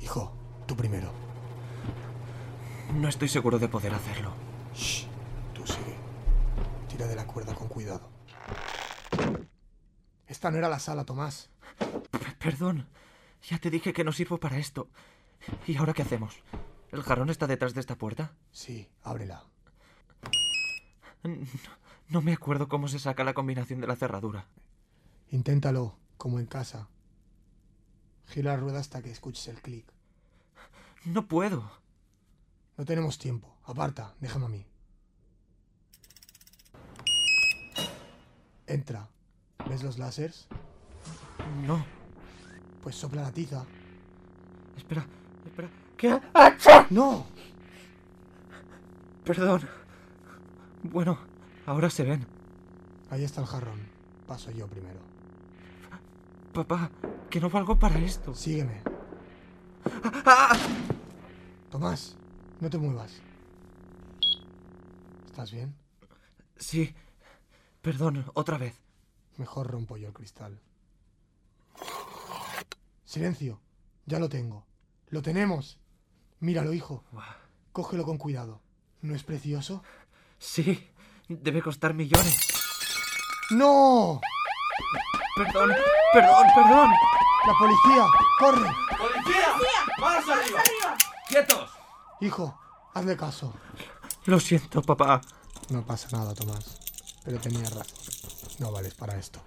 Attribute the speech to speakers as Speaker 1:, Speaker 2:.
Speaker 1: Hijo, tú primero.
Speaker 2: No estoy seguro de poder hacerlo.
Speaker 1: Shh, tú sigue. Tira de la cuerda con cuidado. Esta no era la sala, Tomás.
Speaker 2: P- perdón. Ya te dije que no sirvo para esto. ¿Y ahora qué hacemos? ¿El jarrón está detrás de esta puerta?
Speaker 1: Sí, ábrela.
Speaker 2: N- No me acuerdo cómo se saca la combinación de la cerradura.
Speaker 1: Inténtalo, como en casa. Gira la rueda hasta que escuches el clic.
Speaker 2: No puedo.
Speaker 1: No tenemos tiempo. Aparta, déjame a mí. Entra. ¿Ves los láseres?
Speaker 2: No.
Speaker 1: Pues sopla la tiza.
Speaker 2: Espera, espera. ¿Qué?
Speaker 1: ¡No!
Speaker 2: Perdón. Bueno, ahora se ven.
Speaker 1: Ahí está el jarrón. Paso yo primero.
Speaker 2: Papá, que no valgo para esto.
Speaker 1: Sígueme.
Speaker 2: ¡Ah!
Speaker 1: Tomás, no te muevas. ¿Estás bien?
Speaker 2: Sí. Perdón, otra vez.
Speaker 1: Mejor rompo yo el cristal. Silencio. Ya lo tengo. Lo tenemos. Míralo, hijo.
Speaker 2: Buah.
Speaker 1: Cógelo con cuidado. ¿No es precioso?
Speaker 2: Sí, debe costar millones.
Speaker 1: ¡No!
Speaker 2: Perdón, perdón, perdón.
Speaker 1: ¡La policía! ¡Corre!
Speaker 3: ¡Policía! ¡Manos arriba! ¡Quietos!
Speaker 1: Hijo, hazle caso.
Speaker 2: Lo siento, papá.
Speaker 1: No pasa nada, Tomás. Pero tenías razón. No vales para esto.